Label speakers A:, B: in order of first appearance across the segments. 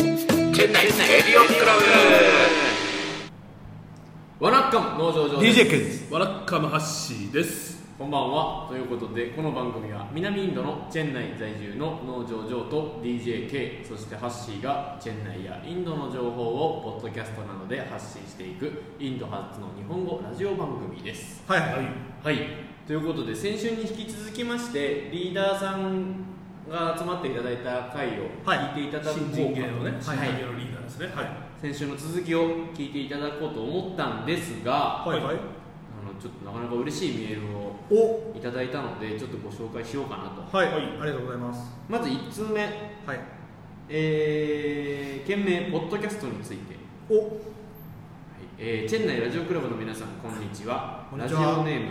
A: 店内エリオンクラ
B: わらっかむ農場上
C: DJ クイズです
B: わらっかむハッシーですこんばんはということでこの番組は南インドのチェンナイ在住の農場上と DJK そしてハッシーがチェンナイやインドの情報をポッドキャストなどで発信していくインド発の日本語ラジオ番組です
C: はいはい
B: はいということで先週に引き続きましてリーダーさんが集まっていただいた回を聞いていただこうかと、
C: 新人芸のね
B: はい
C: 新人芸のリーダーですねはい
B: 先週の続きを聞いていただこうと思ったんですが、
C: はいはい
B: あのちょっとなかなか嬉しいメールを
C: お
B: いただいたのでちょっとご紹介しようかなと
C: はいありがとうございます
B: まず1通目
C: はい
B: えー、件名ポッドキャストについて、はい
C: お
B: えーチェンナイラジオクラブの皆さんこんにちは
C: こんに
B: ラ
C: ち
B: ジ
C: は
B: オネーム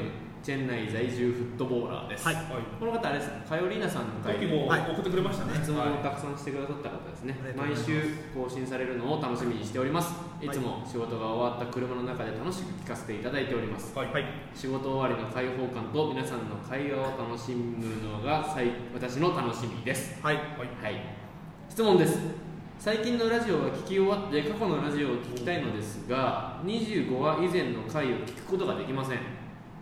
B: チェンナイ在住フットボーラーです、
C: はい
B: この方あれですねカヨリーナさんの会
D: 時も
C: はい
D: 送ってくれましたね。
B: 質問を
D: は
B: たくさんしてくださった方ですね
C: あり、がとうご
B: 毎
C: ざいます
B: 週更新されるのを楽しみにしております
C: い
B: いつも仕事が終わった車の中で楽しく聞かせていただいております
C: はいはい
B: 仕事終わりの開放感と皆さんの会話を楽しむのが最私の楽しみです
C: はい
B: はい質問です最近のラジオは聞き終わって過去のラジオを聞きたいのですが25話以前の回を聞くことができません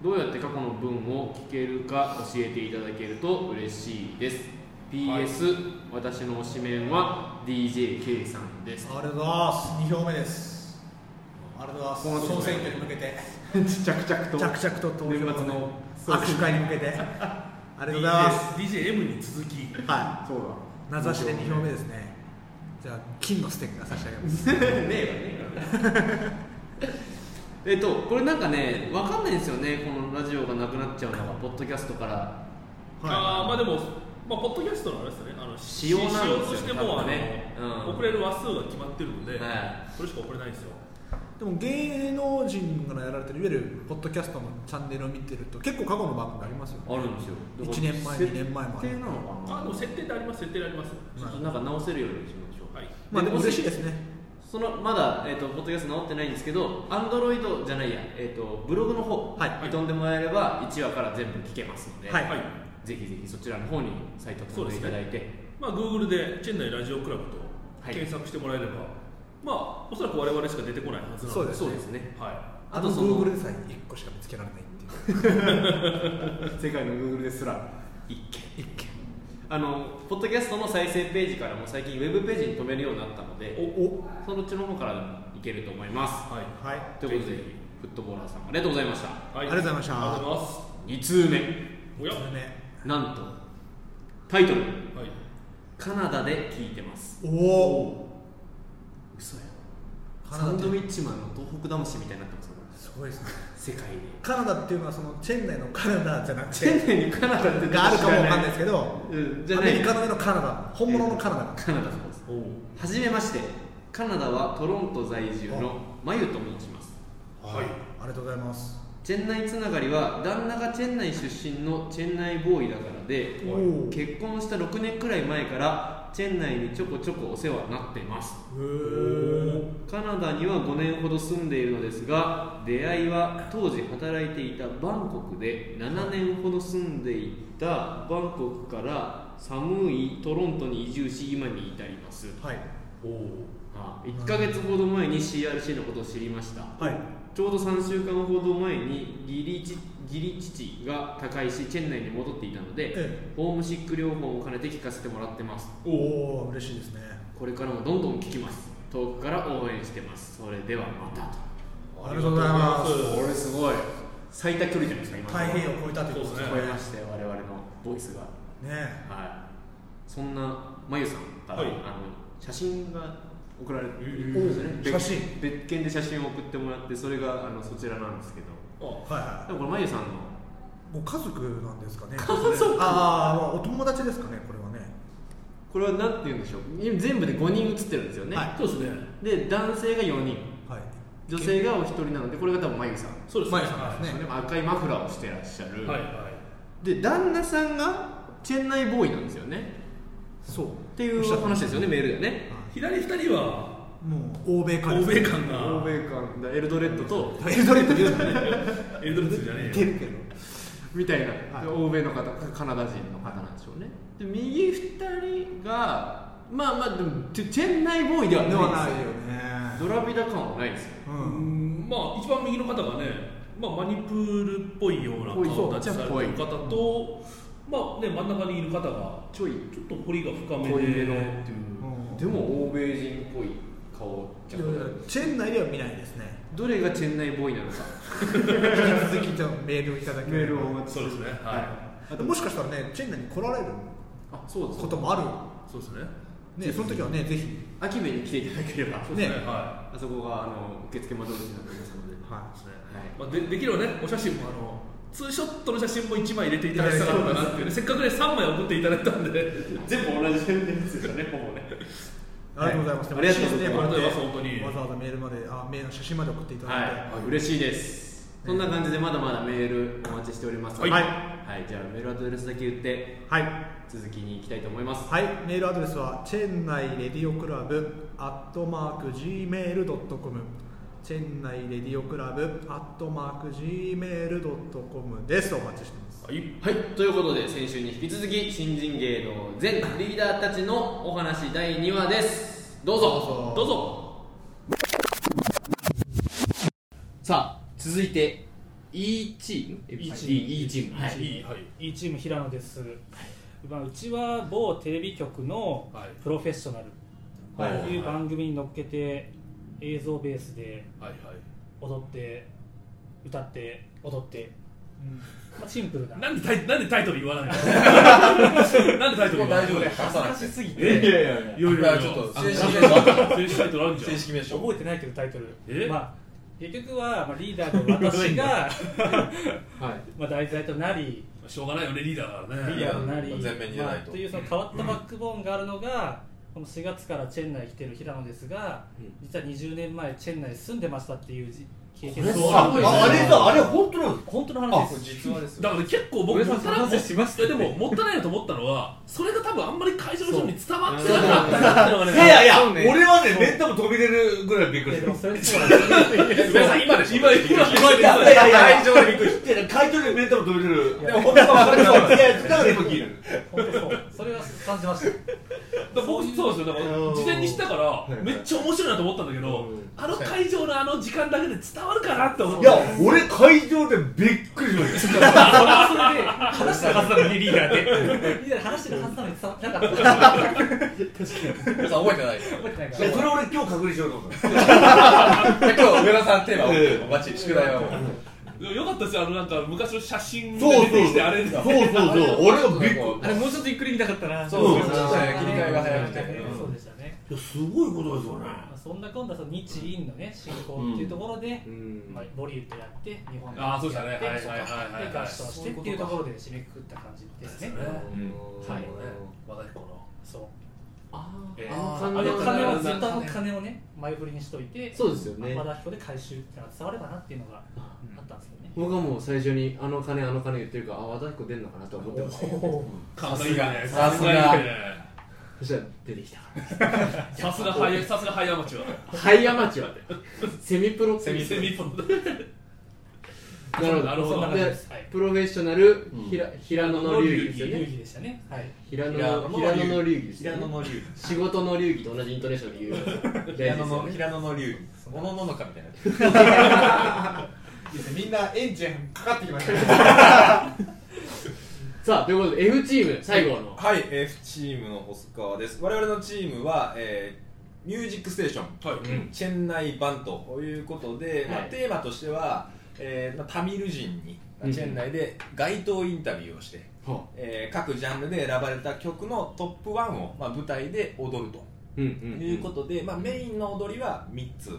B: どうやって過去の文を聞けるか教えていただけると嬉しいです PS、
D: はい
B: 私の推しメンは DJK さんです
C: ありがとうございます二票目ですありがとうございます
B: この
C: 総選挙に向けて
B: 着々と
C: 着々と投票
B: 年末の
C: 握手会に向けて ありがとうございます。
D: DJM に続き。
C: は
B: そう
C: い名指し で二票目ですねじゃあ金のステッカー差し上げます
B: ねえわねえわえっとこれなんかねわかんないんですよねこのラジオがなくなっちゃうのがポッドキャストから
D: ああまあでもまあポッドキャストのあれですよね。あの
B: 仕様なんですよ
D: 仕様としても
B: 多
D: あの
B: 分ねうん
D: 送れる話数が決まってるので、
B: は
D: それしか送れないんですよ。
C: でも芸能人がやられてるいわゆるポッドキャストのチャンネルを見てると結構過去の番組ありますよ
B: あるんですよ
C: 1年前2年前もあ
B: 設定
C: る
B: なの
D: あ
B: か
D: でも
B: な
D: 設定であります設定であります。
B: ちょっとなんか直せるようにしましょう
D: はい。
C: まあでも嬉しいですすね
B: そのまだ、えっとポッドキャスト直ってないんですけどアンドロイドじゃないや、えっとブログの方、
C: はい
B: 飛んでもらえれば1話から全部聞けますので、
C: はい
D: はい。
B: ぜひぜひそちらの方にサイト飛んでいただいて、
D: まあ Google でチェンナイラジオクラブと
B: はい
D: 検索してもらえれば、まあおそらく我々しか出てこないはずな
C: そ
D: の
C: う
D: で。
C: ですね
B: そうですね
D: は
C: あ
B: あ
C: と
B: とそ
C: Google
B: の
C: でさえ1個しか見つけられないっていう
B: 世界の Google ですら一件
C: 一件
B: あのポッドキャストの再生ページからも最近ウェブページに飛べるようになったの
D: い。
B: で
D: おお。
B: そのうちの方からでもいけると思います
D: はい。
C: はい
B: ということでフットボーラーさんありがとうございました
D: は
C: ありがとうございました
D: ありがとうございます。
B: 2通目
D: おや。
C: それ
D: は
C: ね
B: なんとタイトル
D: い。
B: 「カナダで聞いてます
C: おお」
B: 嘘や
C: ーカナ
B: サ
C: ダっ
B: ン
C: て
B: ドウィッチマンの東北魂みたいになってますよ
C: すごいですね
B: 世界で
C: カナダっていうのはそのチェン内のカナダじゃなく
B: チェ
C: て
B: ンネにカナダって
C: があるかもわかんないですすけど
B: うんじゃ
C: ア
B: な
C: メ
B: い
C: リカの上のカナダ本物のカナダ
B: カナダそうです
D: おお。
B: はじめましてカナダはトロント在住のマユと申します
D: はい。
C: ありがとうございます
B: チェンナイつながりは旦那がチェンナイ出身のチェンナイボーイだからで
C: お
D: お
C: おへ
B: 結婚した6年くらい前からチェンナイにちょこちょこお世話になっています
C: え
B: カナダには5年ほど住んでいるのですが出会いは当時働いていたバンコクで7年ほど住んでいたバンコクから寒いトロントに移住し今に至ります
C: はい
D: おお。
B: あ1ヶ月ほど前に CRC のことを知りました
C: はい
B: ちょうど3週間ほど前に義理父義理父が他界しチェン内に戻っていたので、
C: え
B: ホームシック療法も兼ねて聞かせてもらってます
C: おおー嬉しいですね
B: これからもどんどん聞きます遠くから応援してますそれではまたと
C: ありがとうございます
B: これすごい最多距離じゃないですか今の
C: 太平洋を越えたということ
D: そう
B: 超
D: で
B: え
D: す
B: ましたよ我々のボイスが
C: ね
B: はいそんなまゆさんから、
D: はい
B: あの写真が送られてるん
C: お
B: ですよね
C: ー
B: 別
C: 写真
B: 別件で写真を送ってもらってそれがあのそちらなんですけど
D: あ、
C: はいは
B: でもこれまゆさんの
C: いご家族なんですかね家族ああまあお友達ですかねこれはね
B: これはなんて言うんでしょう今全部で5人写ってるんですよね、
C: はい
D: そうですね。
B: で男性が4人
C: はい
B: 女性がお一人なのでこれが多分まゆさん
D: そうです
C: マ
D: ね。
C: ユさんですね
B: それも赤いマフラーをしてらっしゃる、
D: はいはい。
B: で旦那さんがチェンナイボーイなんですよね
C: そう
B: っていう話ですよねメールでね
D: 左二人は
C: もう欧米から
D: 欧米感
B: 欧
D: が
B: 米間だエルドレッドと
C: エルドレッド出
D: エルドレッドじゃねえ
C: て
D: よ。
C: るけど
B: みたいな、
C: はい
B: 欧米の方カナダ人の方なんでしょうねで右2人がまあまあでもチェチェンナイボーイでは
C: ではな
B: ない
C: い
B: で
C: よ
B: す
C: ね
B: よドラビダ感はないですよ
C: う
D: うんんまあ一番右の方がね、まあ、マニプールっぽいような
B: ぽい
D: 顔立ちされてる
B: そ
D: 方と、まあね、真ん中にいる方が
B: ちょい
D: ちょっと彫りが深め
B: 濃いめ
D: で
B: のっていう、
C: うん
B: でも欧米人っぽい顔
C: い
B: じゃ
C: やい
B: ん
C: やチェン内では見ないですね
B: どれがチェンナイボーイなのか
C: 引き続きちょっとメールをいただければ
D: そうですねはい、
B: あと
C: もしかしたらねチェン内に来られる
B: あそうです
C: こともある
D: そうですね
C: ねその時はねぜひ
B: 秋めに来ていただければ
D: そうですね
C: ね
D: は
B: あそこがあの受付窓口になってますので
D: い
C: は
D: そうですね
B: は
D: まあ、でできればねお写真もあのツーショットの写真も1枚入れていただきたかったなっていうねせっかくね3枚送っていただいたんで
B: 全部同じですよねほぼね
C: ありがとうございます
B: はいありがとうござい
C: ね
B: ます
C: こうや
D: ありがとうございま
C: って
D: す本当に
C: わざわざメールまであメールの写真まで送っていただいて
B: はい、嬉しいです。そんな感じでまだまだメールお待ちしておりますので、
D: はい
B: はいじゃあメールアドレスだけ言って
C: はい、
B: 続きに行きたいと思います。
C: はい、メールアドレスはチェンナイレディオクラブアットマーク Gmail.com チェンナイレディオクラブアットマーク Gmail.com ですお待ちしてます
D: はい
B: はい、ということで先週に引き続き新人芸能全リーダーたちのお話第2話です。どうぞ
C: どうぞ
B: さあ続いて E チーム
A: E チーム
B: E チームはい。
D: いいはい
A: E チーム平野です、まあ、うちは某テレビ局の
D: はい
A: 「プロフェッショナル」
C: はい
A: という番組に乗っけて映像ベースで
D: はいはい
A: 踊って歌って踊って、まあ、シンプルな
D: なんでタイなんでタイトル言わないのなんでタイトル言わないの
E: 恥ずかしすぎ
D: えいや
E: いや
D: いやいや
E: ちょっと
D: あ
E: 正式名称
D: 正式タイトルあるじゃん
E: 正式名称
A: 覚えてないけどタイト
D: え
A: ル、まあ、結局は、まあ、リーダーの 私が
B: はい
A: まあ題材となり
D: しょうがないよねリーダーだからね
A: リーダーとなり
E: いや前面に出な
A: ま
E: いと
A: あというその変わったバックボーンがあるのが、この4月からチェンナイ来てる平野ですが、
B: うん
A: 実は20年前チェンナイに住んでましたっていうじ経験
E: れ
A: が
E: すごいねああれだ
A: あれ本当の本当の話です
E: 実話です
D: だから結構僕
B: 上田さん
D: もったいない
B: 話しました
D: い
B: ね
D: やでももったいないなと思ったのはそれが多分あんまり会場の人に伝わってなかったなっていうのが
E: い
D: ね
E: やいや、
B: そうね
E: 俺はね、レンタも飛び出るぐらいびっくり
A: で
E: し
A: で
E: た
A: も。それそうなんです
D: 上田さん今でしょ今今
E: いやいやいや、会場でびっくりした。いや会場でレンタも飛び出る。でも本当は分かるいや、だから今聞いる。
A: 本当そうそれは感じました
D: だから僕そうですよだから事前に知ったから
E: いはい
D: めっちゃ面白いなと思ったんだけど
E: うん
D: あの会場のあの時間だけで伝わるかなって思っ
E: い
D: て
E: や、俺会場でびっくりしました。
A: それはそれで話してるはずなのにリーダーでリーダーで話してるはずなのに伝わってなかった
F: 皆さん覚えてないです
A: 覚えてないか
E: それ
A: ら
E: 俺今日確認しようと思った。
F: 今日上田さんテーマをお待ち宿題を
D: でもよかったですよあのなんか昔の写真が出てきてあれ
E: そうそうそう、俺がびっくり。
A: あれもうちょっとゆっくり見たかったな
F: そう
E: そ
F: そう
E: う
F: 切り替えが早くて
A: そうでしたね
E: いやすごいことですよね。
A: まあそんな今度はその日印のね進行っていうところで、まあ、ボリュートやって日本
D: あーそうでしたね
A: やって
D: はい
A: そうか
D: はいはいはい
A: で合唱してっていうところで締めくくった感じですねはい
D: 和田彦の
A: そう
B: あ
D: え
B: ー
D: ー
A: あ
B: あの
A: の金
B: 感じ
A: を
B: なん
A: ずっ
B: だ
A: とあの金をね前振りにしといて
B: そうですよね
A: 和田彦で回収ってのが伝わればなっていうのがあったんですよね
B: 僕はもう最初にあの金あの金言ってるからあ和田彦出んのかなと思ってましたけど
D: さすがね
F: さ
D: さ
F: す
D: す
F: が
D: がね
B: そしたら出てきたから
D: さすがハイさすがハイアマチュ
B: ハイアマチュアで セミプロ
D: アセミセミポンだ
B: なるほど
D: なるほど
A: そんな感じですはい
B: プロフェッショナル、ひら平野の流儀ですよ
A: 流
B: ね
A: 儀でしたねはい
B: 平野の平野の流儀です
F: 平
B: よ
F: 野
B: ね
F: の龍
B: 仕事の流儀と同じイントネーションで言う大事です
F: 平野
B: よ
F: の
B: ね
F: 平野の龍おのののかみたいな
E: みんなエンジンかかってきましたね。
B: さあということで F チーム最後の
F: はい、F チームの細川です。我々のチームは、えーミュージックステーション、
D: はい
F: うんチェンナイ版ということで、まあ
B: はい
F: テーマとしては、えーまあタミル人に、まあチェンナイで街頭インタビューをして、
B: は
F: えー各ジャンルで選ばれた曲のトップ1を、まあ、舞台で踊
B: うん
F: ると。
B: う
F: と
B: ん
F: いうことで、まあ、メインの踊りは3つ、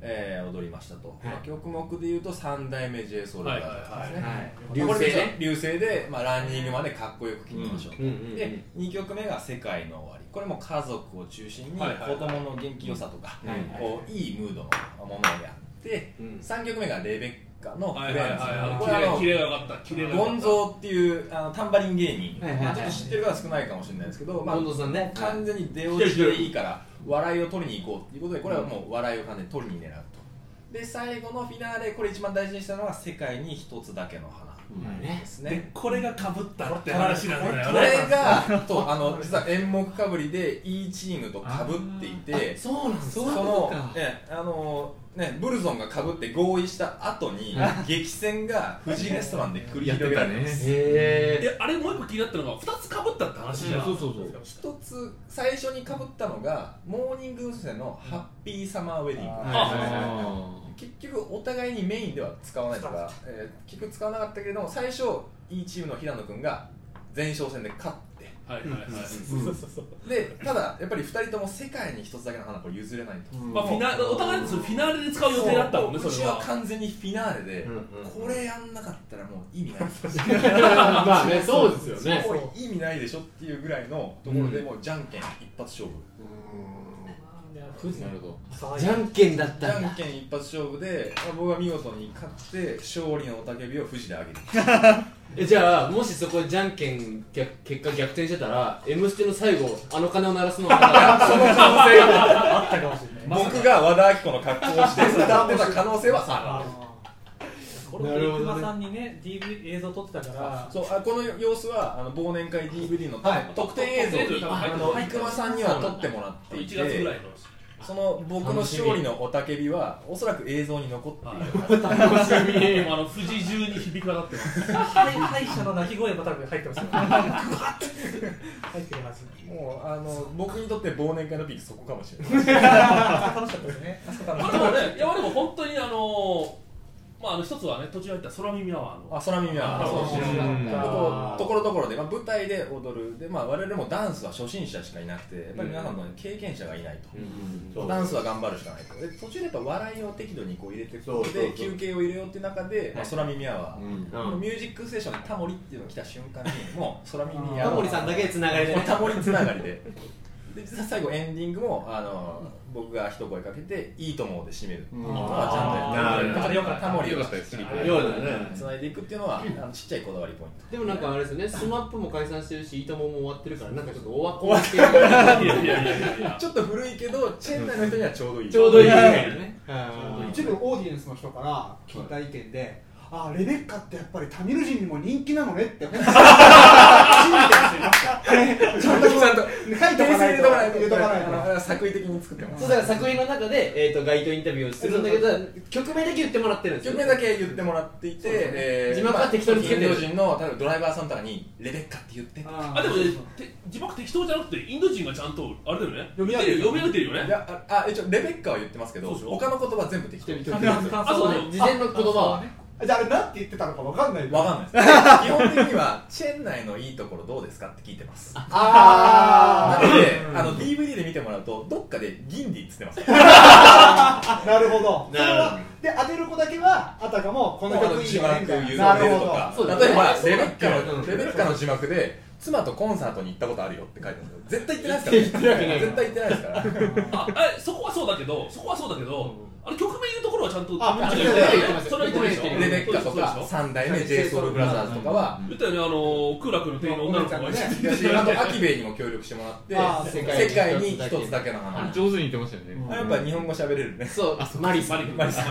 F: えー踊りましたと、まあ曲目でいうと三代目 j ソ o u
D: は
F: l だ
D: い
F: っ
D: はい
F: たんですね、
B: はい
F: 流
B: 流
F: 星
B: 星
F: ね
B: ね
F: 流星で、まあ、ランニングまでかっこよく聴きましょう、
B: うんうんうん
F: で2曲目が「世界の終わり」これも家族を中心に子
D: はいはいはい
F: 供の元気良さとか、
B: はいはい
F: こういいムードのものをやって、
B: うん
F: 3曲目が「レベッカ」の「
D: はい
F: フ
D: はい
F: レンズ」これ
D: は
F: あ
D: い
F: の
D: キレが良かったキレが良
F: ゴ
D: か
F: ン
D: った
F: ゾーっていうあのタンバリン芸人、
B: はいはいはい
F: まあちょっと知ってる方は少ないかもしれないですけど、まあ、
B: 近藤さんね
F: 完全に出落ちでいいから笑いを取りに行こうっていうことでこれはもう笑いを完全に取りに狙うとで最後のフィナーレこれ一番大事にしたのは「世界に一つだけの花」
B: ね
F: です
D: で
F: ね
D: これがかぶったって話なんだよ
F: こ
D: ね
F: れ がとあの実は演目かぶりで E チームとかぶっていて
B: そうなん
F: そのええあのねブルゾンがかぶって合意した後に激戦が富士レストランで繰り
G: やって
F: 広げ
G: た
F: られま
G: ね
F: す
B: へえ
D: であれもう一個気になったのが2つかぶったって話じゃん
G: そうそうそう
F: 一つ最初にかぶったのがモーニング娘。の「ハッピーサマーウェディング」
G: あ
F: 結局お互いにメインでは使わないとか、えー結局使わなかったけれども最初 E チームの平野君が前哨戦で勝って
D: はいはいはい
A: そうそうそう
F: でただやっぱり2人とも世界に1つだけの花子を譲れないと、
D: まあ、フィナお互いにそのフィナーレで使う予定だったもんねそ
F: そううち
D: れ
F: は
D: は
F: 完全にフィナーレで、
G: うんうん
F: これやんなかったらもう意味ない
B: まあねそうですよね
F: もう意味ないでしょっていうぐらいのところでもうじゃんけん一発勝負、
A: いや富士
B: なるほ
A: 騒い
B: じ
A: で
B: ゃんけんだっ
F: じ
B: たん
F: ゃ
B: だ
F: んけん一発勝負でまあ僕は見事に勝って勝利の雄たけびを富士であげる
B: えじゃあもしそこでじゃんけん逆結果逆転してたら「M ステ」の最後あの鐘を鳴らすのは
A: あったかもしれない
F: 僕が和田アキ子の格好をして歌ってた可能性はある
A: これも熊さんにね DV 映像撮ってたから
F: そうあこの様子はあの忘年会 DVD の特典映像に
D: はい
F: あの生駒さんには撮ってもらってい
D: 1月ぐらい
F: て
D: の
F: その僕の勝利の雄たけびはおそらく映像に残っている
D: 楽しみあの富士中に響き渡ってます
A: 敗敗者の鳴き声も多分入ってますよグワッ入ってるはず
F: もうあの僕にとって忘年会のピークそこかもしれない
A: 楽しかったですね
D: まあでもねいやでも本当にあのまああの一つはね途中に入った空耳アワーの
F: あ空耳は
D: あ
F: そう
D: そう
F: そう
G: うん
F: ところどころで、まあ、舞台で踊るで、まあ、我々もダンスは初心者しかいなくてやっぱり皆さんの経験者がいないと、ダンスは頑張るしかないとで途中でやっぱ笑いを適度にこう入れて
G: そうそうそう
F: で休憩を入れようっていう中で、まあ、空耳アワー、
G: うん
F: このミュージックステーションにタモリっていうのが来た瞬間にもう空耳ア
B: タ
F: ワー
B: モリさんだけつながりで
F: これ
B: ね
F: タモリつながりでで実は最後エンディングもあの僕が一声かけて「いいと思う」で締める、
G: ん
F: まあちゃんとやってるだからよかったタモリを
G: かったですね
B: ようだね
F: つないでいくっていうのはあのちっちゃいこだわりポイント
B: でもなんかあれですよね、スマップも解散してるし、いいともも終わってるから、なんかちょっと終わっ終わってる感じが
D: いやいやいやいや
F: ちょっと古いけど、チェン内の人にはちょうどいい。
B: ちょうどいい
F: あ
B: ね。はい
H: 一部オーディエンスの人から聞いた意見で、あレベッカってやっぱりタミル人にも人気なのね って、本当に信じてる人いましたちゃんと書いておかないと、
F: と
H: 言うとかないと。
F: あの作為的に作ってます
B: そう。だから作品の中で、えー、と街頭インタビューをするんだけど、曲名だけ言ってもらってるんですよ。
F: 曲名だけ言ってもらっていて、え
B: 字幕は適当につけてる
F: まあインド人の、例えばドライバーさんとかに、レベッカって言って。い
D: あでもねて字幕適当じゃなくてインド人がちゃんとあれだよね読みてる読めれてるよね
F: や、あ、あ一応レベッカは言ってますけど、
D: そうでしょ
F: 他の言葉全部適当。
B: 一人一人
A: 感
D: あ
A: 想
D: そう
A: はね
D: そう
B: 事前の言葉は。
H: じゃああれなんて言ってたのかわかんない
F: わかんないです。基本的には、チェン内のいいところどうですかって聞いてます。な
H: あ
F: ので、あの DVD で見てもらうと、どっかでギンディっつってます。
H: ーなるほどそれ
G: なる
H: はで当てる子だけはあたかもこの曲いい
F: 字
H: よね
F: 幕
H: み
F: 言
H: た
F: う
H: いなな
F: の
H: る
F: で
H: ほ
F: と
H: ど
F: か
B: そうだ
F: 例えば
B: そう
F: レベッカ
B: う
F: の
B: ん
F: レベッカの字幕で妻とコンサートに行ったことあるよって書いてあるんですよ絶対行ってないですからね絶対行ってないですから
D: あえそこはそうだけどそこはそうだけどあれ曲名言うところはちゃんと
H: あ
D: それ
H: 曲名
D: は
H: は
D: 言
H: 言ってて
D: っま
H: ますす
D: それは言ってますよ
F: レベッカと
D: そうでし
F: か
D: ょ
F: 三代目 JSOULBROTHERS とかは
D: 言ったよねあの空楽の店員の女の子がいて
F: だしあとアキベイにも協力してもらって
H: あ
F: 世
B: 世界に
F: 界に一つだけの花
G: 上手に言ってましたよね
F: やっぱ日本語喋れるね
B: そう、マリさん。
D: マリさん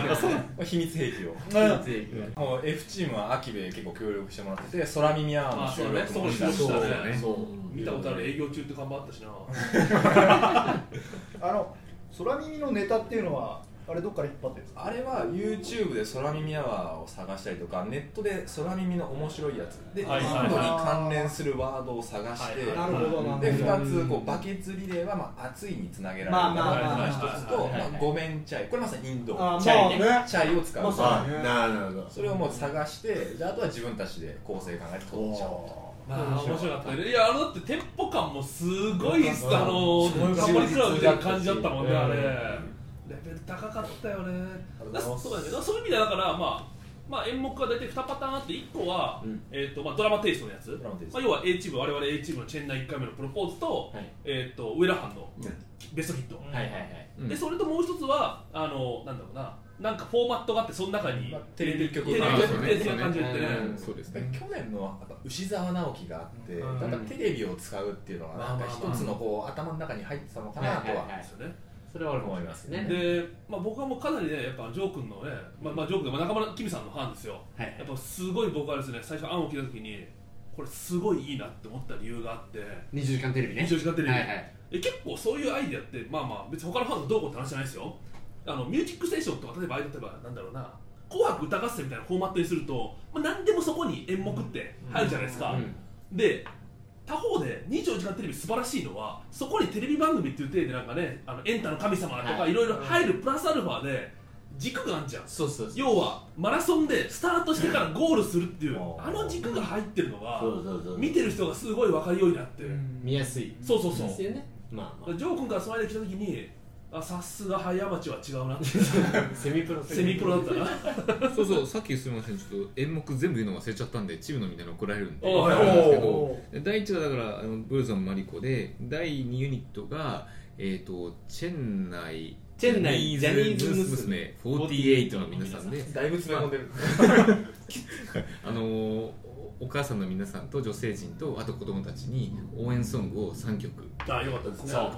F: 秘密兵器をもう F チームはアキベイ結構協力してもらってて空耳ア
D: あ
F: ワー
D: そう
F: の
D: だねそ
F: 収録
D: こ
F: も
D: に
F: し
D: したま
F: し
D: したね
B: そう。
D: 見たことある営業中って看板あったしな
H: あの空耳のネタっていうのはあれどっから引っ張ってるんですか
F: あれは YouTube で空耳アワーを探したりとかネットで空耳の面白いやつでインド
D: はい
F: に
D: はいはい
F: 関連するワードを探して
D: はい
H: なるほどな
F: で
H: るほど
F: 2つこうバケツリレーはまあ熱いにつなげられる
H: まあまあまあ
D: まあ
F: 一つと
D: はいはいはい
F: まあごめんチャイこれまさにインド
H: あ
F: チ
H: まあ
F: ャイ
H: ね
F: ねチャイを使う
H: まあ
G: あなるほど
F: それをもう探してじゃああとは自分たちで構成考えて撮っちゃおうと
D: まあ面白かったねいやあのだってテンポ感もすごいあのタモリクラブみたいな感じだったもんねあれレベル高かったよねだそうだねだそういう意味ではだからまあまあ演目が大体2パターンあって1個は、えーとまあ、ドラマテイストのやつ、
F: ドラマテイス
D: まあ、要は A チーム我々 A チームのチェンナイ1回目のプロポーズと,、えー、と上田藩のベストヒット、
A: はいはい
F: はい
G: うん
D: でそれともう一つはあのなんだろうななんかフォーマットがあってその中に
F: まあテレビ局
D: テレビ
F: あ
D: 局的な感じでやってね
G: そうです
F: で
G: ね
F: 去年のやっぱ牛沢直樹があって
D: うん
F: なんかテレビを使うっていうのがなんか一つのこう頭の中に入ってたのかなとは
D: ですよね
B: それはあると
F: 思
B: 思い
F: いま
B: ますす
F: ね
B: ね
D: で、まあ、僕はもうかなりね、やっぱジョー君のね、まあ、まあジョー君、まあ、中村きみさんのファンですよ、
B: はい
D: やっぱすごい僕はですね、最初、案を聞いたときに、これ、すごいいいなって思った理由があって、
B: 20時間テレビね
D: 24時間テレビ
B: はいはい
D: え結構そういうアイディアって、まあまあ、別に他のファンがどうこうって話じゃないですよ、あのミュージックステーションとか、例えば、ああいう例えば、なんだろうな、紅白歌合戦みたいなフォーマットにすると、まあ、何でもそこに演目って入るじゃないですか。で他方で『24時間テレビ』素晴らしいのはそこにテレビ番組っていう体でなんかねあのエンタの神様とか
B: はい
D: いろいろ入るプラスアルファで軸があんじゃん
B: そうそうそう
D: 要はマラソンでスタートしてからゴールするっていう
F: うん
D: あの軸が入ってるのが
B: そうそうそう
D: 見てる人がすごい分かりようになって
B: 見やすい
D: そうそうそう
B: ですよねまあま
D: ジョー君からその間来た時にあさすが早町は違うなって
B: あ セミプロ
D: セミプロだったな
G: そうそう、さっきすみません、ちょっと演目全部言うの忘れちゃったんで、チームのみんなに怒られるんで、
D: おう
G: あれなんですけ
C: お
G: ど、第1話だから、あのブルゾン・マリコで、第2ユニットが、えっ、と、チェンナイ、
B: チェンナイ
G: ジャニー
B: ジ
G: ズ
B: ャニーズ
G: 娘48の皆さんで、
E: だいぶ詰め込んでる
G: あのーお母さんの皆さんと女性陣と、あと子供たちに応援ソングを3曲、
D: あよかったですね
G: そう
D: よか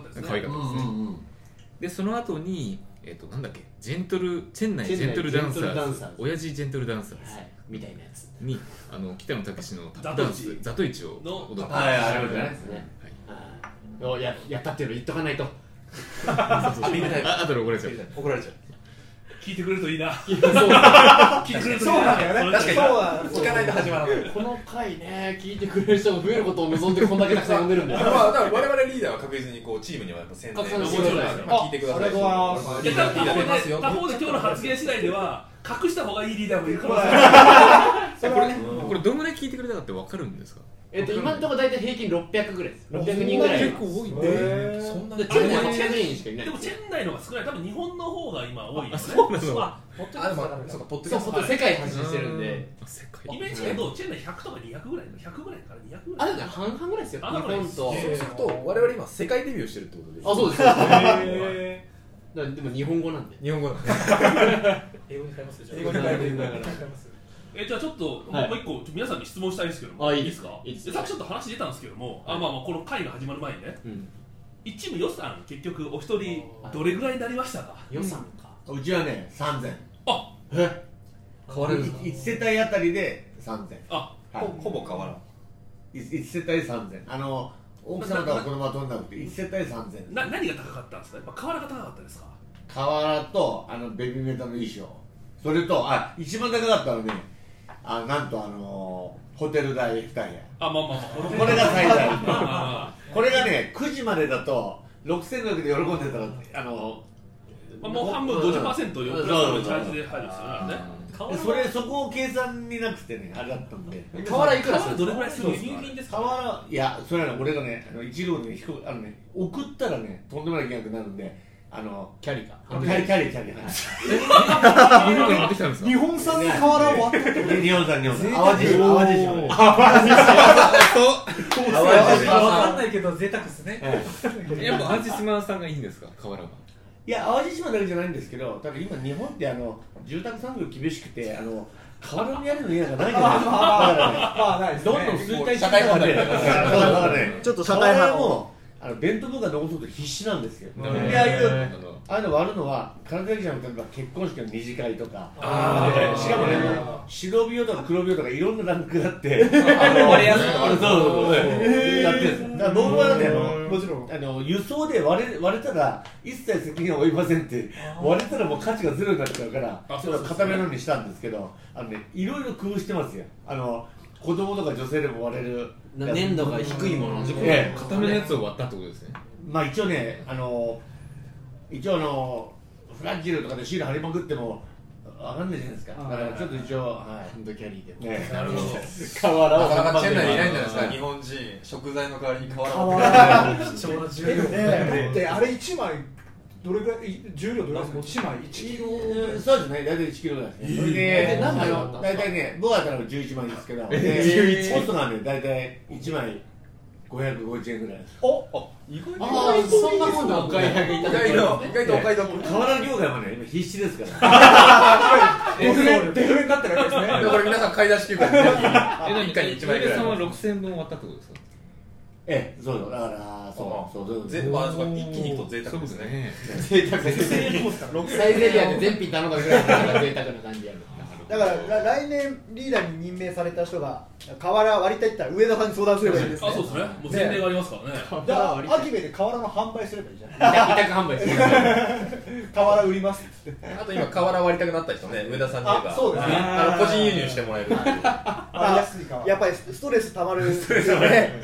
D: ったですね
G: 可愛かったですね。で、その後に、えっ、と、なんだっけ、ジェントル、チェンナイジェントルダンサ
B: チェンナイジェントルダ
G: ー
B: ン
G: ズ
B: サー、ズ
G: 親父ジェントルダンサーズ。
B: はいみたいなやつ
G: にあの北野武のタップダンスザトイチを
D: の
G: 踊って
B: はいありが
G: はい
B: とうございますねおややったっていうの言っとかないと
G: ああとで怒られちゃう
F: 怒られちゃう
D: 聞いてくれるといいな聞いてくれるといいな
H: そうなんだよね
D: それ
H: そうなんだ
F: 聞かないと始まらない
B: この回ね聞いてくれる人が増えることを望んでこんだけたくさん呼んで るんだよ
F: まあ、だから我々リーダーは確実にこうチームにはやっぱ宣伝
B: 拡散
D: して
F: もちろん
D: ください
F: まあ聞いてください
H: ありがとうございます
F: リ
D: で
F: ー
D: 他
F: ダ
D: 方
F: ーリーダー出ます
D: で
F: よ
D: 他方で今日の発言次第では隠した方がいいリーダーもいるかもしれない
H: それはね
G: これどんぐらい聞いてくれたかってわかるんですか
B: えっと今のところ大体平均600ぐらいです600人ぐらい
G: 結構多いね
H: へ
F: そ
H: ー
F: んな
B: で
F: に
B: チェンナイ800人しかいない
D: でもチェンナイの方が少ない多分日本の方が今多いよね
G: そうなの
B: あ
F: あでもそうかポッドキ
B: そ
F: ャ
B: う
F: ス
B: そう
F: ト
B: 世界発信してるんで
G: あ世
D: イメ
G: 界
D: ージだとチェンナイ100とか200ぐらいの100ぐらいから200ぐ
B: あ
D: ら
B: れ
D: い
B: だから半々ぐらいですよ
D: あ
B: 日本と
F: そうすると我々今世界デビューしてるってことです
B: あそうですだか
H: へ
B: らでも日本語なんで
F: 日本語の
A: 英語に変えますよじゃあ
H: 英語に変えて
B: だから
A: 変えます
D: えじゃあちょっとも
B: はいう
D: 一個ちょっと皆さんに質問したいんですけども
B: あいい
D: ですか
B: いいです
D: でさっきちょっと話出たんですけどもあまあまあこの会が始まる前にね
B: うん
D: 一部予算結局お一人どれぐらいになりましたか
B: 予算か
E: うちはね3000
D: あ
B: え
E: 変われる1世帯あたりで3000
D: あ
E: はい
F: ほぼ変わらん
E: 一一世帯3000あの奥様とは子供は取んなくて一世帯3000
D: な何が高かったんですかやっぱ瓦が高かったですか
E: 瓦とあのベビーメタの衣装それとあ一番高かったのねあなんとあのホテル代2部屋
D: あまあまあまあ
E: これが最
D: ま あまあま
E: 大
D: あ
E: これがね9時までだと6600で喜んでたらあの
D: まあ、もう半分50%よ、プラスのチャージで入るんですよね。
E: でそれそこを計算になくてねあれだったんで
B: 瓦いくらす
D: あれ
B: る
D: どれぐらいするんです
A: 輸
D: か
A: 入品ですか
E: 瓦いやそれはね俺がねあの一郎に飛行あのね送ったらねとんでもない金額になるんであの
B: キャリか
E: キャリキャリキャリはい
G: 日本から持ってきたんですか
H: 日本産の瓦を割ったって
E: 日本さん日本さん淡路島淡路島で
F: 淡路島
E: 淡路島
A: わかんないけど贅沢ですね
G: やっぱ淡路島さんがいいんですか河原はい
E: や淡路島だけじゃないんですけどただ今日本ってあの住宅産業厳しくてあの河原にあるの家がないじゃないですかだからね
H: まあないです
E: どんどん衰退していくので、だからね、
C: ちょっと社会派
E: 我々もあの弁当文化残そうと必死なんですよ。
G: なので
E: でああい
G: あ
E: う
G: の
E: ああいうの割るのは体だけじゃなくて結婚式の二次会とか、
D: あー
E: でしかもね白ビオとか黒ビオとかいろんなランクがあって、
A: 割れやすい
E: そうそうそうやってるんです。だから僕はねあの
H: もちろん
E: あの輸送で割れ割れたら一切責任は負いませんって割れたらもう価値がゼロになっちゃうから
D: あ
E: ち
D: そう
E: ょ
D: で
E: っ
D: す
E: と
D: ね
E: 固めのにしたんですけどあのねいろいろ工夫してますよあの子供とか女性でも割れる
B: な粘度が低いもの
E: ええ
G: 固めのやつを割ったってことですね
E: まあ一応ねあの一応あのフラッジルとかでシール貼りまくってもわかんないじゃないですかだからちょっと一応は
B: ハンドキャリーで
E: いね
F: なるほど
E: 瓦
F: な
E: を
F: かなかチェンナイいないんじゃないです
E: は
F: か日本人食材の代わりに瓦を
H: 瓦
A: 貴重な重
H: えで
A: 量
H: もねだってあれ一枚どれぐらいい重量どれぐらいですか一枚一キロ
E: そうですね、大体1キロぐらいですね。それで、
B: えー
E: あ
B: 何
E: の
B: 枚だったんです
E: 大
B: か
E: 体ね、僕はだから11枚ですけど、
B: 11
E: でコストがね、大体1枚550円ぐらいです。
B: ああそんなもんでお買い上げい
F: 意
B: ただけ
F: 外
B: るん
F: と
B: ですね
F: 意外とお買い得
E: 瓦業界はね、今必死ですから。
H: デフレデフレになってるわけですね
F: だから皆さん買い出し休暇で
G: え何
F: 一回に一枚ぐらい
G: 上田さんは6000本割ったってことですか
E: えええ、そうよだからそうそうそう
F: 全部あそうか一気にいくと贅沢ですね
G: そうですね
E: 贅沢
I: サイゼリアで全品頼むぐらいの贅沢な感じやる
J: だからら来年リーダーに任命された人が河原割りたいって言ったら上田さんに相談すればいいですね
D: あそうですねもう前例がありますからね
J: じゃあアキベで河原の販売すればいいじゃない
I: 委託販売する
J: 河原売りますっつって
F: あと今瓦割りたくなった人ね上田さんに言えば
J: あそうですね
F: あの個人輸入してもらえるっていう
J: あ
H: 安いから
J: やっぱりストレスたまるね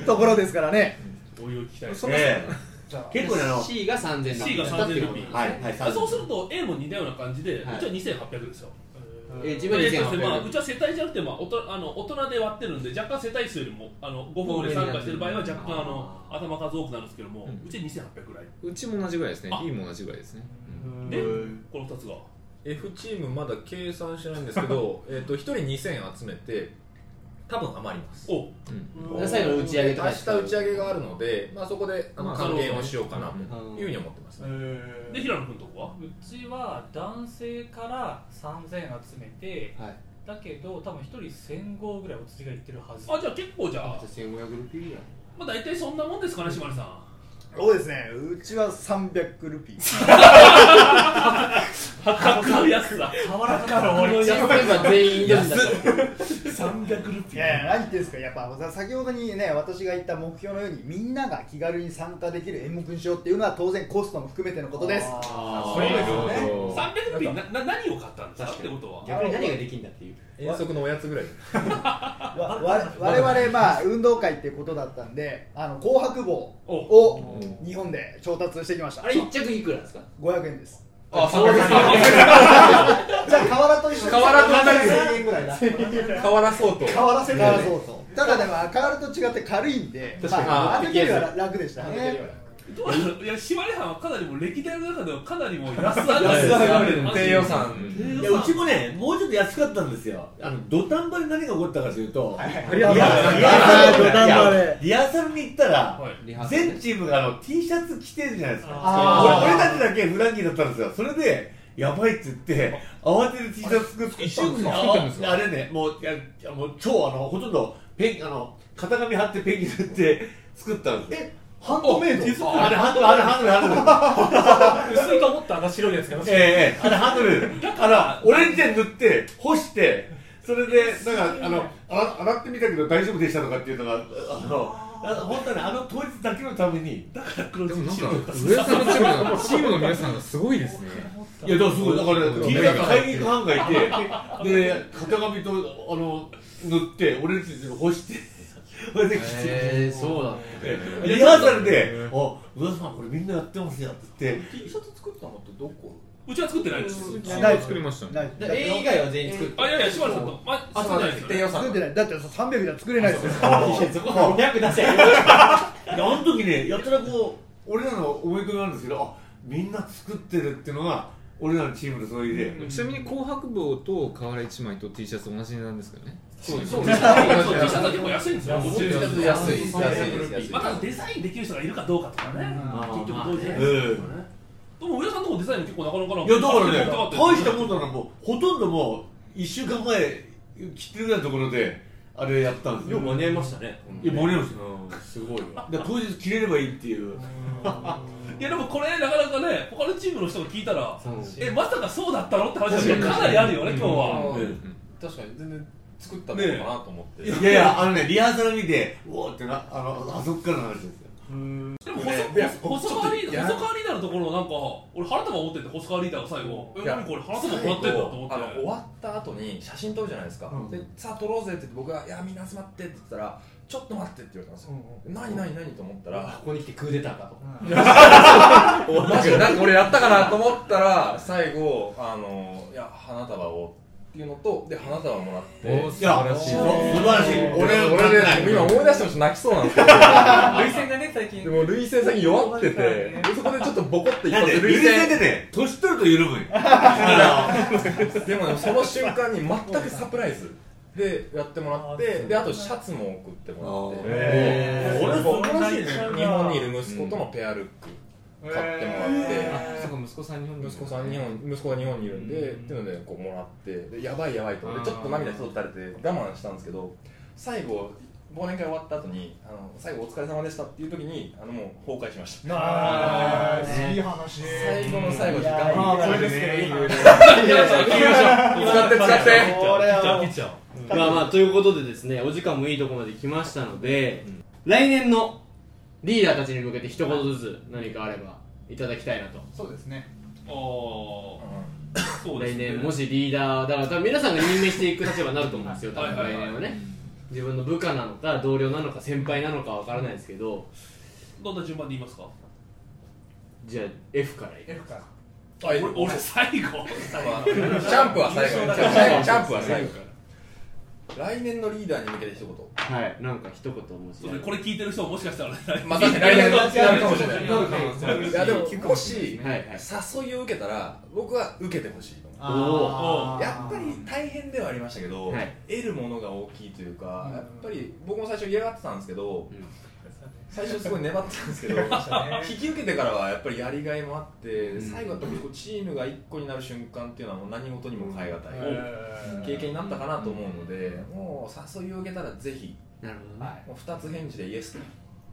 J: ところですからね
D: おいおい聞きたいです
E: そうえ
J: じゃあ
E: え結構ねあの
I: C が3000
D: C が
I: だったってい
D: 3000
I: う
D: ルピ
I: こ
D: ー、
E: はいはい
D: でそうすると A も似たような感じで、
I: はいう
D: ちは2800ですよ
I: とえ自
D: 自
I: 分
D: 分で
I: で
D: そうですねまあ、う
I: 2800
D: ちは世帯じゃなくて、まあ、おとあの大人で割ってるんで若干世帯数よりもあのご夫婦で参加してる場合は若干あの頭数多くなるんですけども、う
G: うん
D: ちは2800ぐらいう
G: ちも同じぐらいですね
D: あ
G: B も同じぐらいですね
D: でこの2つが
F: F チームまだ計算してないんですけど えっと1人2000集めて多分余ります
D: お
I: 最後の打ち上げと
F: 明
I: か
F: 日打ち上げがあるので、まあ、そこであ
D: ま
F: の
D: あ
F: 還元をしようかな
I: う
F: と
I: ん
F: いうふうに思ってますね、
D: で平野君のとこは
A: うちは男性から3000集めて、
I: はい
A: だけど多分1人1000ぐらいお釣りがいってるはず
D: あじゃあ結構じゃあ、
I: 1500ルピーぐらい
D: まあ、大体そんなもんですかね島根さん
J: そうですねうちは300ルピー
D: 破格のやつだ
A: 河原から終わり
I: チームメンバー全員いるんだから
J: いやいや何言ってんですかやっぱ先ほどにね私が言った目標のようにみんなが気軽に参加できる演目にしようっていうのは当然コストも含めてのことです
I: あ
J: そうですよね
D: 300ピンなな何を買ったんですかってことは
I: ー逆に何ができんだっていう
F: 遠足のおやつぐらい
J: わわ我々まあ運動会ってことだったんであの紅白棒
D: お
J: を日本で調達してきました
I: あれ一着いくらですか
J: 500円です
F: あそうです
J: じゃあ河原と一緒に
F: 河原と同じ
J: 1000円ぐらいだ
F: 河原相当
J: 河原世界そうそうただでも河原と違って軽いんで
I: 確かに
J: まあ歩けるよりは楽でしたね
D: どうなのいや島根さんはかなりもう歴代の中ではかなりもう安上がり
E: 安上がり
D: です
F: 低予算
D: 低
E: い
D: 予
E: やう
D: 算
E: ちもねもうちょっと安かったんですよあの土壇場で何が起こったかというと
C: りがとうございます
E: リハーサル
C: 土壇場で
E: リハーサルに行ったら
D: はい
I: リハーサル
E: 全チームがあの T シャツ着てるじゃないですか
J: あ
E: 俺俺たちだけフランキーだったんですよそれでやばいって言って慌てて T シャツ作って
G: 一瞬で作ったんですか
E: ああれねもういやいやもう超あのほとんどペンあの型紙貼ってペンキ塗って作ったんですよ
J: ハンドメイド
E: あれハンドルあれハンドルハンドル
A: 薄いと思ったあの白いやつが
E: ええええあれハンドルだからオレンジで塗って干してそれでなんかあのあ洗ってみたけど大丈夫でしたとかっていうのがあのあの本当にあの当日だけのためにだから黒
G: で
E: 字
G: も
E: に
G: なん
E: し
G: か上
E: よう
G: 田さんのチームがチームの皆さんがすごいですね
E: いやだからすごいだから
G: うん
E: T シャツ会議班がいてで型紙とあの塗ってオレンジで干してそれで着て
I: えーそうだね
E: でリハーサルで「あ上田さんこれみんなやってますよ」って言って
F: T シャツ作ったのってどこ
D: うちは作ってないです
G: うちは作りましたね
J: ない
I: だから A 以外は全員作る
D: あいやいや島根さんとまあ
F: あ
D: 作っ
F: そう
D: て
F: な
D: ない
J: 作
D: でよね
F: んですす低予算
J: ってないだって300じゃ作れないですよ
I: そこは500出せ
E: いやあの時ねやたらこう俺らの思い込みなんですけどあみんな作ってるっていうのが俺らのチームの総意で、
G: ちなみに紅白帽と瓦一枚と T シャツ同じ値段ですからね
F: そうです
D: そう
F: そう
D: で
F: ですす
D: T シャツは結構安いんですよ
F: T
D: も
F: シ
D: ちろん
F: ャツ安い安いです安い
D: またデザインできる人がいるかどうかとかね、結局どうじゃないですかね。でも上田さんのとこデザインも結構なかなかない
E: やだからね大した
D: ん
E: もんだからもうほとんどもう1週間前切ってるぐらいのところであれやったんですよ
B: 間に合いましたね
E: いや間に合いましたすごいわで当日切れればいいっていう
D: いやでもこれなかなかね他のチームの人が聞いたらえまさかそうだったのって話がかなりあるよね今日は
F: 確かに全然作ったのかなと思って、
E: いやいやあのねリハーサル見てうおーってなあのあそっからの話ですよ
D: でも細川リーダー細川リーダーのところなんか俺花束持ってて細川リーダーが最後え何これ花束もらってんだと思
F: あの終
D: っ
F: わった後に写真撮るじゃないですか、でさあ撮ろうぜって言って僕が「いやみんな集まって」って言ったら「ちょっと待って」って言われたんですよ「何何何?」と思ったら
I: ここに来てクーデターかと
F: マジでなんか俺やったかなと思ったら最後あのいや花束をっていうのとで花束もらって
G: おー素
E: いや
G: 晴らしい
E: 素晴らしい俺
F: 俺
E: 俺
F: で
E: ね
F: 今思い出してもちょっと泣きそうなんですけど
A: 涙腺がね最近
F: でも涙腺先弱っててでそこでちょっとボコって一
E: なん
F: 発
E: で
F: 涙
E: 涙腺
F: 腺
E: でね年取ると緩むんよあの
F: でもねその瞬間に全くサプライズでやってもらってであとシャツも送ってもらって
E: へー
F: 俺
E: こ
F: 素晴
E: れ
F: らしいね日本にいる息子とのペアルック買ってもらって、
G: そっか息子さん日本に
F: 息子さん日本息子が日本にいるんで、っていうのでこうもらってでやばいやばいと思ってちょっと涙一つ垂れて我慢したんですけど最後忘年会終わった後にあの最後お疲れ様でしたっていう時にあのもう崩壊しました
J: あー
F: ね
J: いい話
F: 最後の最後時間
J: いやーまあこれですけどいいねいやいやいや
B: 使って使って
J: これは
B: 切っちゃおうまあまあということでですねお時間もいいとこまで来ましたので、来年のリーダーたちに向けて一言ずつ何かあればいただきたいなと
J: そうですね
D: ああ、そうで
B: 来
D: すね。
B: 年もしリーダーだから多分皆さんが任命していく立場になると思うんですよ多分来
D: はいはいはい
B: 年はね自分の部下なのか同僚なのか先輩なのかわからないですけど
D: どんな順番で言いますか。
B: じゃあ F からいく
J: F から
D: 俺俺最後。
F: チャンプは最後チャンプチャンプは最後来年のリーダーに向けて一言
B: はいなんか一言もし
D: そうねこれ聞いてる人ももしかしたら来年
F: まあ確かに来年は違うかもしれない
D: なるかもしれない
F: いやでももし
B: はいはい
F: 誘いを受けたら僕は受けてほしいと思う
B: おお
J: あー
F: やっぱり大変ではありましたけど、
B: はい
F: 得るものが大きいというか、やっぱり僕も最初嫌がってたんですけど、
B: ん
F: 最初すごい粘ってたんですけ ど、引き受けてからはやっぱりやりがいもあって、最後やっぱりこうチームが一個になる瞬間っていうのはもう何事にも変え難い、経験になったかなと思うので、もう誘いを受けたらぜひ、
B: なるほどね
F: もう2つ返事でイエスと。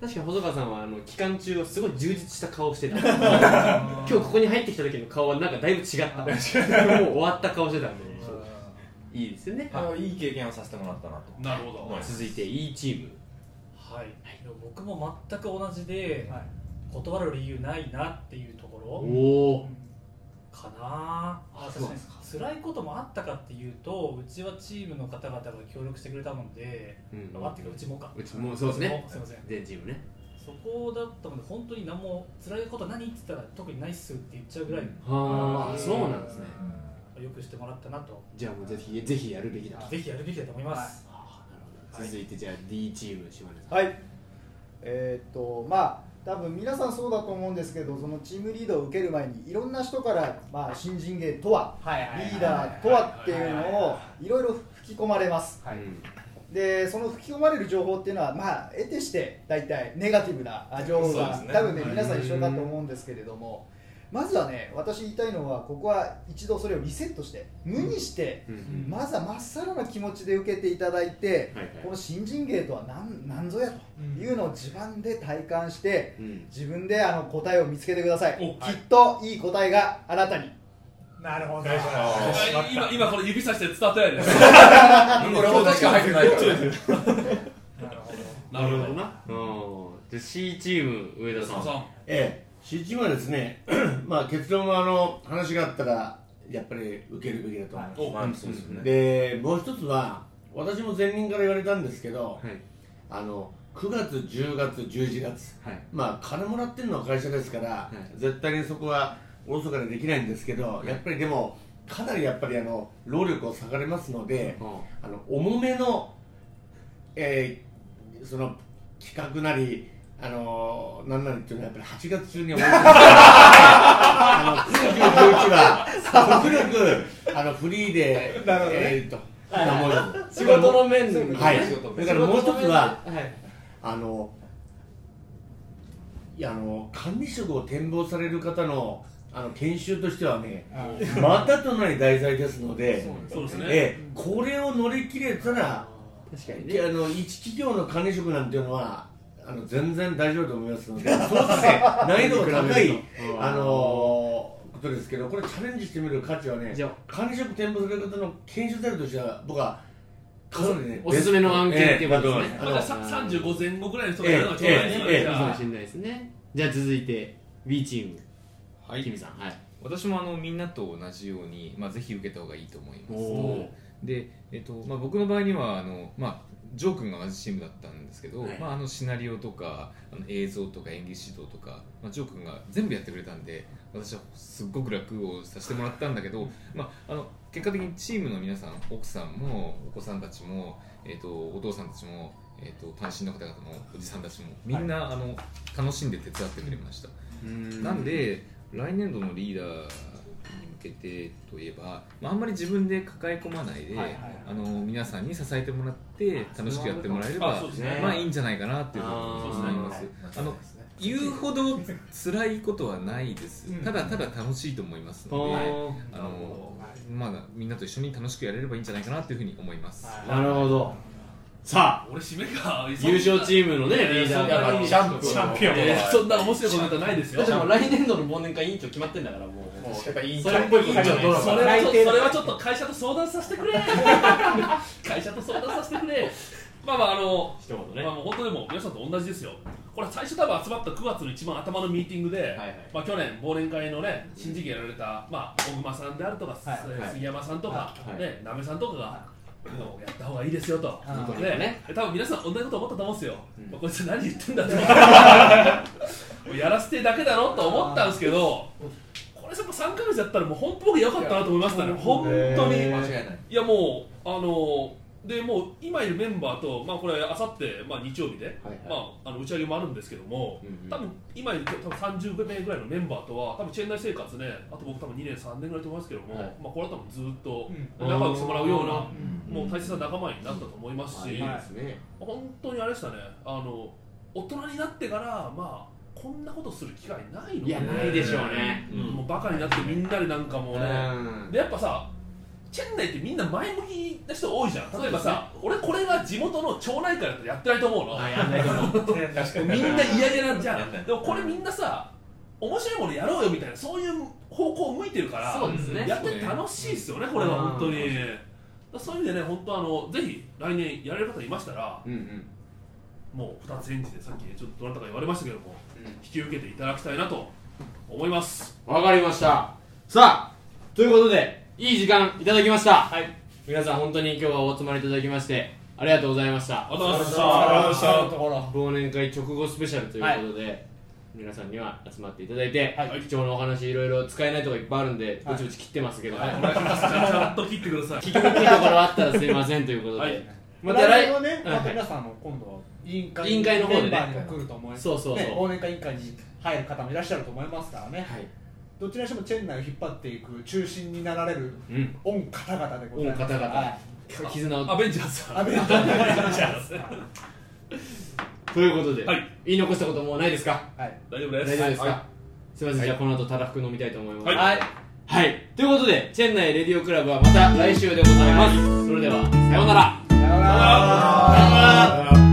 B: 確か細川さんはあの期間中はすごい充実した顔してた今日ここに入ってきた時の顔はなんかだいぶ違ったもう終わった顔してたんでいいですよね
F: あのいい経験をさせてもらったなと。
D: なるほど。
B: 続いて E チーム
A: はい、僕も全く同じで、断る理由ないなっていうところ
B: おお
A: かなあ
B: そう
A: 確かに辛いこともあったかっていうとうちはチームの方々が協力してくれたので、
B: うん
A: あ待ってうちもか
B: うちもそうですね
A: うちもすいません
B: 全チームね
A: そこだったので本当に何も辛いこと何って言ったら特にないっすって言っちゃうぐらい、
B: はあそうなんですね
A: よくしてもらったなと
B: じゃあもうぜひぜひやるべきだと
A: ぜひやるべきだと思います、
B: あなるほど続いてじゃあ D チーム島根さん
J: はいえーっとまあ多分皆さんそうだと思うんですけどそのチームリードを受ける前にいろんな人から、まあ、新人芸とはリーダーとはっていうのをいろいろ吹き込まれます
B: うん
J: でその吹き込まれる情報っていうのは、まあ、得てして大体ネガティブなあ情報
F: そうで
J: が、
F: すね
J: 多分ね皆さん一緒だと思うんですけれどもまずはね私言いたいのはここは一度それをリセットして無にして、
B: うん
J: まずはまっさらな気持ちで受けていただいて、
B: はいはい
J: この新人芸とは何何ぞやというのを自分で体感して、
B: うん
J: 自分であの答えを見つけてください
D: お
J: きっといい答えがあなたに
H: なるほど
D: 今今これ指さして伝わってないです。
F: これも確か入ってないからね。
D: なるほど。
B: なうんじゃあ C チーム上田さ
D: さん
B: ん
D: さん。
E: ええ、C チームはですね、 まあ結論はあの話があったら、やっぱり受けるべきだと思いま
F: まあ
E: す。
F: そうですよね。
E: でもう一つは私も前任から言われたんですけど、
B: はい
E: あの9月10月11月、
B: はい
E: まあ金もらってるのは会社ですから、絶対にそこはおろそかにできないんですけど、やっぱりでもかなりやっぱりあの労力を割かれますので、あの重めの、えーその企画なりあのなんなりっていうのはやっぱり8月中に思いつくあの9月11は極力あのフリーで、えー、と思うように
B: 仕事の面で
E: はい
F: 仕事、
E: それからもう一つは、
B: はい
E: あのいやあの管理職を展望される方のあの研修としてはね、またとない題材ですので、
D: そうですね。
E: ええこれを乗り切れたら、
B: 確かに
E: いやあの一企業の管理職なんていうのは、あの全然大丈夫だと思いますので、そうですね、難易度が高い、あのことですけど、これ、チャレンジしてみる価値はね
B: じゃあ、
E: 管理職転覆される方の研修材料としては、僕は、かなりね、
B: おすすめの案件っていうことですね
E: ええ
D: まあじゃあ三十五前後ぐらいの人が
E: ええ
D: やるのがちょうどいいですよ
E: ええ
D: ね。じゃ
B: そうかも
D: あ
B: しれないですねじゃあ続いて B チーム
G: は
B: キムさんはい
G: 私もあのみんなと同じように、まあ、ぜひ受けた方がいいと思いま
B: おー
G: すで、えっとまあ、僕の場合にはあの、まあ、ジョー君が同じチームだったんですけど、
B: はい
G: まあ、あのシナリオとかあの映像とか演技指導とか、まあ、ジョー君が全部やってくれたんで私はすっごく楽をさせてもらったんだけど、まあ、あの結果的にチームの皆さん奥さんもお子さんたちも、えっとお父さんたちも、えっと単身の方々のおじさんたちもみんな、あの楽しんで手伝ってくれました。なんで来年度のリーダーに向けてといえば、まあ、あんまり自分で抱え込まないで、あの皆さんに支えてもらって楽しくやってもらえれば
D: あそうですね
G: まあいいんじゃないかなっていうふうに
B: あー
G: 思いますあの言うほど辛いことはないですただただ楽しいと思いますので、あのまあ、みんなと一緒に楽しくやれればいいんじゃないかなというふうに思います、
B: なるほどさあ
D: 俺締めか
B: 優勝チ
D: ム
B: ームのねリーダー
I: やっぱチャンプ
B: チャンピ
I: ン
D: えーそんな面白いことないですよ
I: だってもう
D: そ
I: 来年度の忘年会委員長決まってんだからもう
F: やっぱいい
I: それっぽい委員長
D: れ
I: ね
D: はちょっとそれはちょっと会社と相談させてくれ会社と相談させてくれ まあまああの
B: 一言ね
D: まあ、もう本当でも皆さんと同じですよ、これ、最初、多分集まった9月の一番頭のミーティングで、
B: はい
D: まあ、去年、忘年会のね、新人期やられた、まあ、小熊さんであるとか、
B: はい
D: 杉山さんとか、
B: はい
D: ね、なめさんとかが、あのやった方がいいですよと、
J: あ
D: ね
I: ね
D: 多分皆さん、同じこと思ったと思うんですよ、まあ、こいつ、何言ってん だともうやらせてだけだろと思ったんですけど、これ、やっぱ3か月やったら、もう本当、僕、良かったなと思いましたね、本当に。
F: 間違いない
D: いやもうあのでもう今いるメンバーと、まあ、これあさってまあ日曜日で、まあ、あの打ち上げもあるんですけども、多分今いる多分30名ぐらいのメンバーとは多分チェン内生活ねあと僕多分2年3年ぐらいと思いますけども、まあ、これは多分ずっと仲良くしてもらうような、もう大切な仲間になったと思いますし、
B: ですね
D: 本当にあれでしたねあの大人になってからまあこんなことする機会ないのか
B: いやないでしょうね
D: うんもうバカになってみんなでなんかもうね、でやっぱさチェン内ってみんな前向きな人多いじゃん例えばさ、俺これが地元の町内会だとやってないと思うのみんな嫌げなんじゃんでもこれみんなさ面白いものやろうよみたいなそういう方向を向いてるから
I: そうですね
D: やってて楽しいですよねこれは本当にだからそういう意味でね本当あのぜひ来年やれる方いましたら、もう2つ返事でさっきちょっとどなたか言われましたけども、引き受けていただきたいなと思い ます
B: わかりましたさあということでいい時間いただきました、皆さん本当に今日はお集まりいただきましてありがとうございました
D: ありがとうございまし
B: あ
D: た
B: りがとうございました忘年会直後スペシャルということで、皆さんには集まっていただいて、
D: い
B: 貴重なお話いろいろ使えないとこいっぱいあるんで、ぼちぼち切ってますけど、はい、
D: ちゃんと切ってください
B: 聞きにくいところあったらすいませんということで、
D: はい
B: また来
H: はね、
B: うん
H: また皆さんあの今度は委員会
B: 委員会の方でね
H: メンバーにも来ると思います。
B: そうそうそう
H: ね忘年会委員会に入る方もいらっしゃると思いますからね。
B: はい
H: どちらにしてもチェン内を引っ張っていく中心になられる
B: うん、
H: 御方々でございます。
B: 御方々
H: はい
B: 絆を
D: アベンジャーズ
H: アベンジャーズ
B: ということで、
D: はい
B: 言い残したこともうないですか
H: はい。
D: 大丈夫
B: 大
D: です
B: 丈夫ですか、すいません、じゃあこの後たらふく飲みたいと思います、
D: はい
B: はいはいということでチェン内レディオクラブはまた来週でございますそれではさよ
H: さよ
B: うなら
H: うなら。
B: さようなら